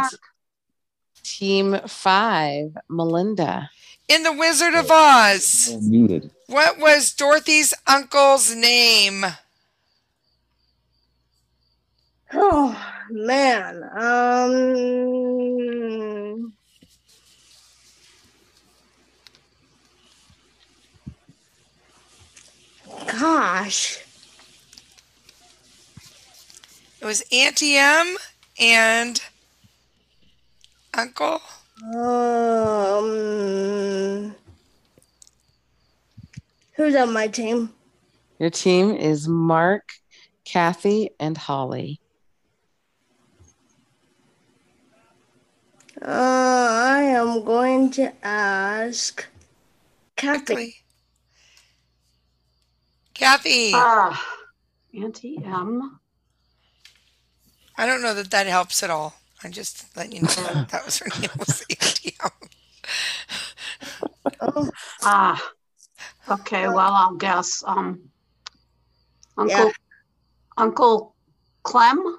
Team five, Melinda. In The Wizard of Oz, Muted. what was Dorothy's uncle's name? Oh man. Um gosh. It was Auntie M and Uncle. Um Who's on my team? Your team is Mark, Kathy, and Holly. Uh I am going to ask Kathy. Kathy. Ah, Auntie M. I don't know that that helps at all. I'm just letting you know that was her name was Auntie M. Ah, okay. Well, I'll guess. Um, Uncle, Yeah. Uncle Clem.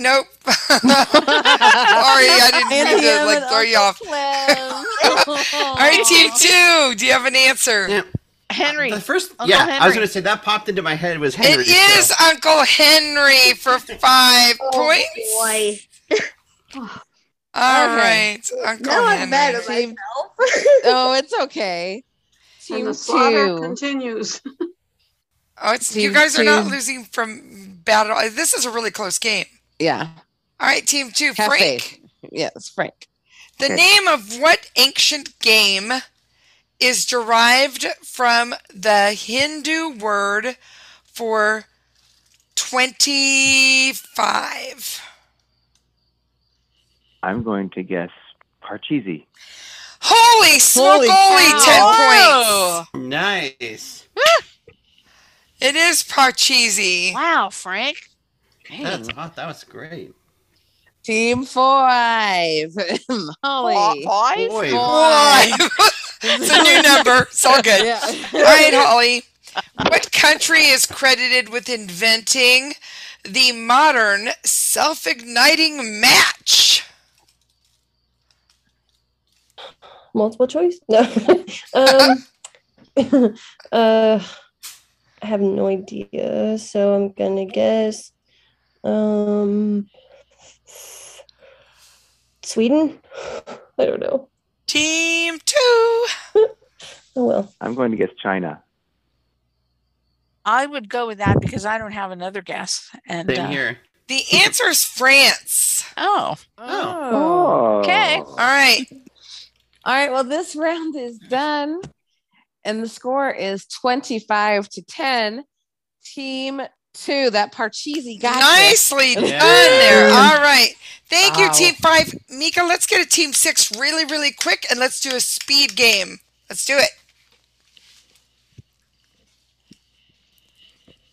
Nope. Sorry, I didn't mean Auntie to M like and throw you off. All right, team two. Do you have an answer? Henry. The first, yeah, I was going to say that popped into my head was Henry. Oh, It is so- Uncle Henry for five Oh, points. All right, Uncle Now I'm Henry. mad at Team- oh, it's okay. And Team the slaughter two continues. Oh, it's you Team guys are not two. losing from battle. This is a really close game. Yeah. All right, team two, Have Frank. faith. Yes, Frank. The Good. name of what ancient game is derived from the Hindu word for 25? I'm going to guess Parcheesi. Holy smoke, cow. 10 points. Nice. It is Parcheesi. Wow, Frank. That's hot. That was great. Team five. Holly. Five? Five. Five. It's a new number. It's all good. Yeah. All right, Holly. What country is credited with inventing the modern self igniting match? Multiple choice? No. um, uh, I have no idea, so I'm gonna guess. Um, Sweden. I don't know. Team two. Oh well. I'm going to guess China. I would go with that because I don't have another guess. And uh, Same here. The answer is France. Oh. Oh. Okay. All right. All right. Well, this round is done. And the score is 25 to 10. Team two, that Parcheesi got. Nicely you. done there. All right. Thank you, Wow. Team Five. Mika, let's get a Team Six really, really quick and let's do a speed game. Let's do it.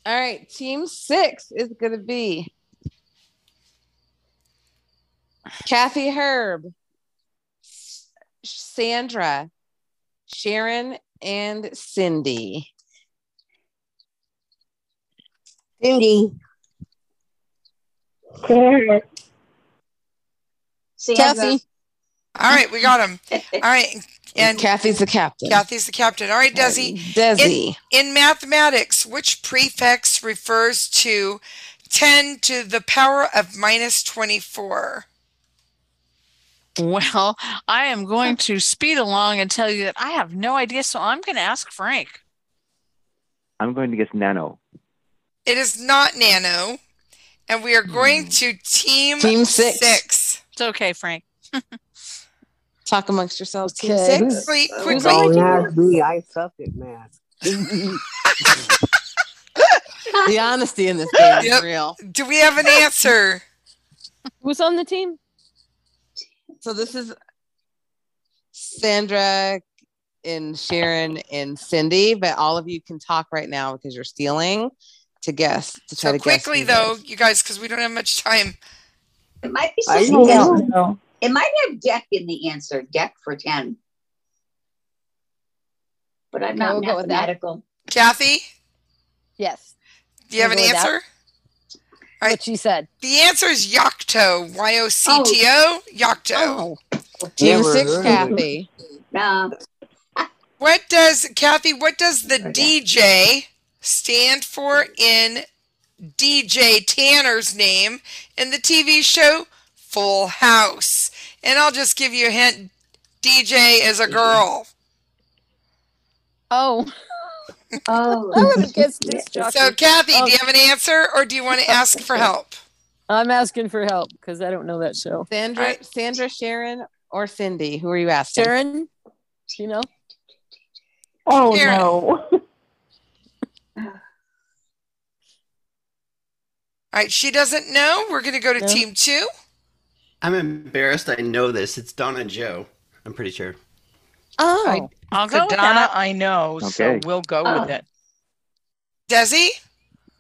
All right. Team six is going to be Kathy Herb, Sandra, Sharon, and Cindy. Cindy. Kathy. All right, we got him. All right. And Kathy's the captain. Kathy's the captain. All right, Desi. Desi. In, in mathematics, which prefix refers to 10 to the power of minus 24? Well, I am going to speed along and tell you that I have no idea, so I'm going to ask Frank. I'm going to guess Nano. It is not nano. And we are going to team, Hmm. Team six. It's okay, Frank. Talk amongst yourselves. Team Okay. six. Quickly, Who's Don't on your ask me. I suck at math. team? The honesty in this game is Yep. real. Do we have an answer? Who's on the team? So this is Sandra and Sharon and Cindy, but all of you can talk right now because you're stealing to guess to try So to guess quickly, who it though, is. you guys, because we don't have much time. It might be I something else. don't know. It might have deck in the answer, deck for 10. But I'm I not will go with that. mathematical. Kathy? Yes. Do you have We'll an go with that. answer? All What she said. The answer is Yocto. Y O C T O. Yocto. Oh. Team six, Kathy. No. What does Kathy? What does the DJ stand for in DJ Tanner's name in the TV show Full House? And I'll just give you a hint: DJ is a girl. Oh. Oh. I would have guessed this jockey. So, Kathy, do you Oh, have an answer, or do you want to ask for help? I'm asking for help because I don't know that show. Sandra, Sandra, Sharon, or Cindy? Who are you asking? Sharon. You know. Oh Sharon. no. All right, she doesn't know. We're going to go to team two. I'm embarrassed. I know this. It's Donna Joe. I'm pretty sure. Oh, I, I'll go with Donna. that. I know, so Okay. we'll go with Oh. it. Desi?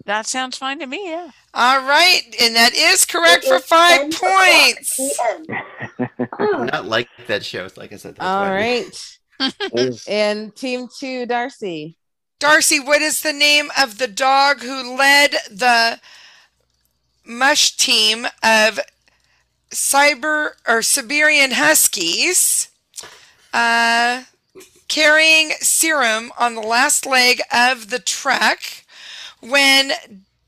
That sounds fine to me, yeah. All right, and that is correct for five points. I'm not like that show. Like I said, that's All why we- right. and team two, Darcy. Darcy, what is the name of the dog who led the mush team of cyber or Siberian Huskies uh, carrying serum on the last leg of the trek when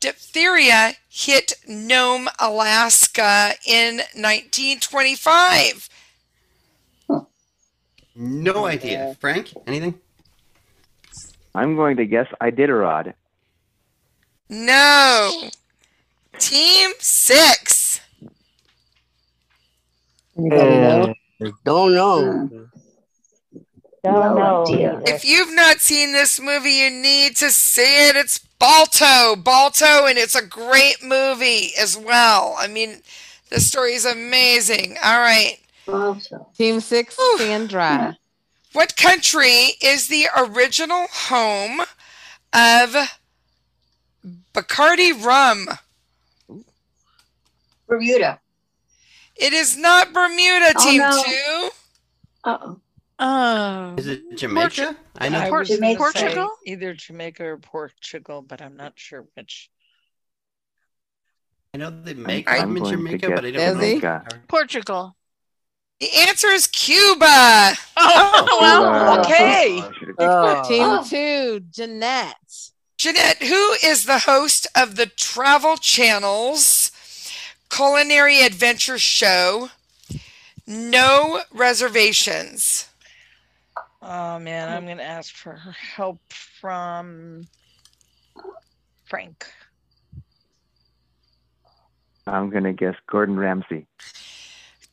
diphtheria hit Nome, Alaska in 1925? No idea. Frank, anything? I'm going to guess Iditarod. No. Team six. Uh, don't know. Don't know. If you've not seen this movie, you need to see it. It's Balto, Balto, and it's a great movie as well. I mean, the story is amazing. All right. Balto. Team six, Sandra. What country is the original home of Bacardi rum? Bermuda. It is not Bermuda, Oh, Team no. Two. Uh-oh. Oh. Is it Jamaica? I know. Port- Jamaica. Portugal? Either Jamaica or Portugal, but I'm not sure which. I know they make I'm them in going to Jamaica, guess but I don't know. Jamaica. Portugal. The answer is Cuba. Oh, well, okay. Oh. Team Oh. two, Jeanette. Jeanette, who is the host of the Travel Channel's culinary adventure show, No Reservations? Oh man, I'm gonna ask for help Um, from Frank. I'm going to guess Gordon Ramsay.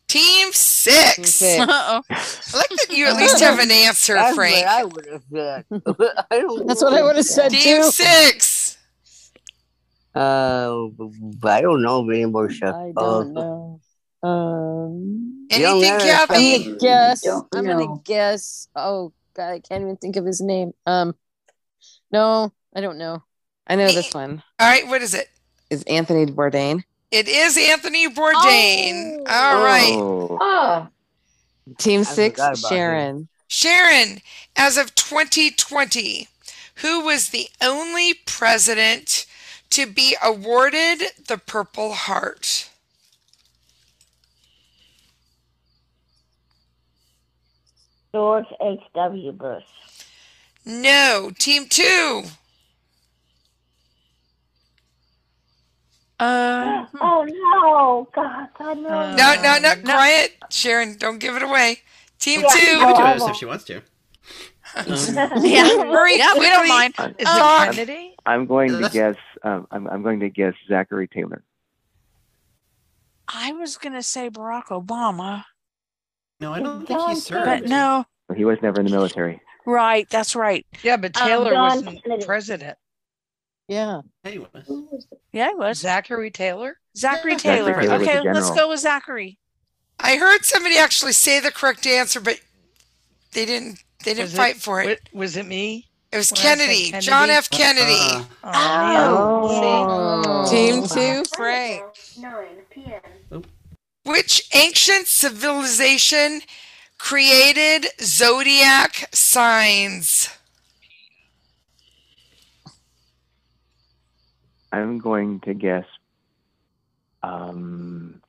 Team six. six. I like that you at least have an answer, That's Frank. What I would have said. I don't That's what I know. would have said Team too. six. Uh, but I don't know any more stuff. I Uh, don't know. Um, You don't Anything, have to- I'm Kathy? gonna guess. Don't I'm know. gonna guess. Oh God, I can't even think of his name. Um, no, I don't know. I know this one. All right, what is it? Is Anthony Bourdain. It is Anthony Bourdain. All right. Oh. Team I six, forgot about him. Sharon. Sharon, as of 2020, who was the only president to be awarded the Purple Heart? George H.W. Bush. No, team two. Uh, oh no, God, I know. no, no, no, quiet. Sharon, don't give it away. Team two. Give it to us if she wants to. Yeah, Marie, Yeah, we quickly. don't mind. Uh, Is talk. it Kennedy? I'm going to That's- guess. Um, I'm, I'm going to guess Zachary Taylor. I was gonna say Barack Obama. No, I don't think he John served. But no, He was never in the military. right, that's right. Yeah, but Um, Taylor John wasn't president. Yeah. Hey, Yeah, it was. Zachary Taylor? Zachary Yeah. Zachary Taylor. Taylor was okay, the let's general. go with Zachary. I heard somebody actually say the correct answer, but they didn't. They didn't Was it- fight for it. Was it me? It was when I said Kennedy, John F. Kennedy. Oh. Uh, oh, man. Team Oh. See? two, Frank. 9 p.m. Which ancient civilization created zodiac signs? I'm going to guess. Um,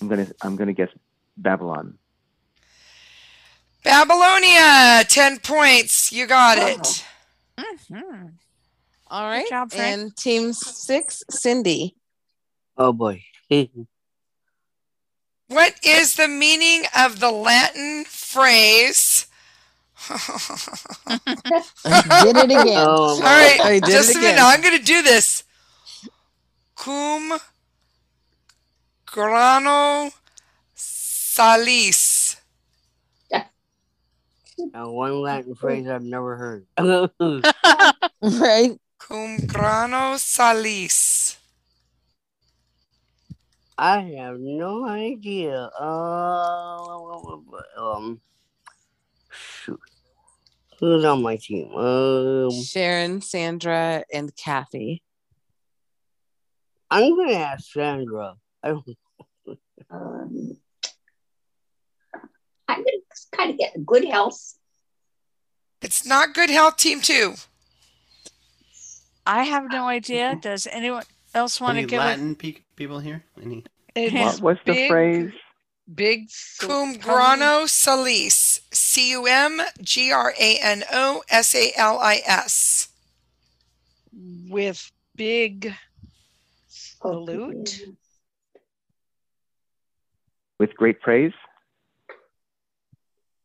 I'm gonna I'm gonna guess Babylon. Babylonia, 10 points. You got it. All right. job, Frank. and team six, Cindy. Oh boy. What is the meaning of the Latin phrase? did it again. Oh, All right, I did it just a minute. again. I'm going to do this. Cum grano salis. Now, one Latin phrase I've never heard. right? Cum grano salis. I have no idea. Uh, um, shoot. Who's on my team? Um, Sharon, Sandra, and Kathy. I'm gonna ask Sandra. I don't. Um, I'm going to kind of get good health. It's not good health, team two. I have no idea. Does anyone else want to Any give Latin pe- people here? Any? it? What was the Big- phrase? Big Cum grano salis. C U M G R A N O S A L I S. with big salute. With great praise.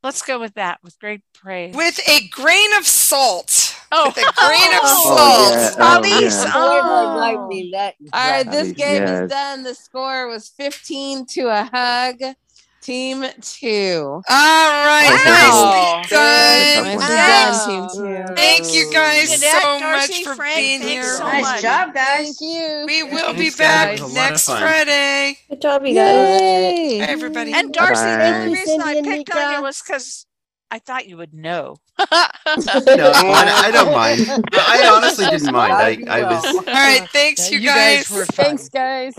Let's go with that with great praise. With a grain of salt. Oh, with a grain of Oh, salt. yeah. Oh, Salis. yeah. Oh. Might be Latin. All right, this Salis, game yes. is done. The score was 15 to a hug. Team two. All right, nicely done. Nicely Thanks. done, team two. Thank you guys Jeanette, so Darcy, much for Frank, being thanks here. so Nice much. job, Thank guys. you. We will be Thanks, back guys. It was a lot of next fun. Friday. Good job, you guys. Yay. Bye, everybody. And Darcy, the Thank only you, reason I Cindy and picked on you Mika. was because I thought you would know. No, I, I don't mind. I honestly didn't mind. I, I was. All right, thanks, you, You guys were fun. Thanks, guys.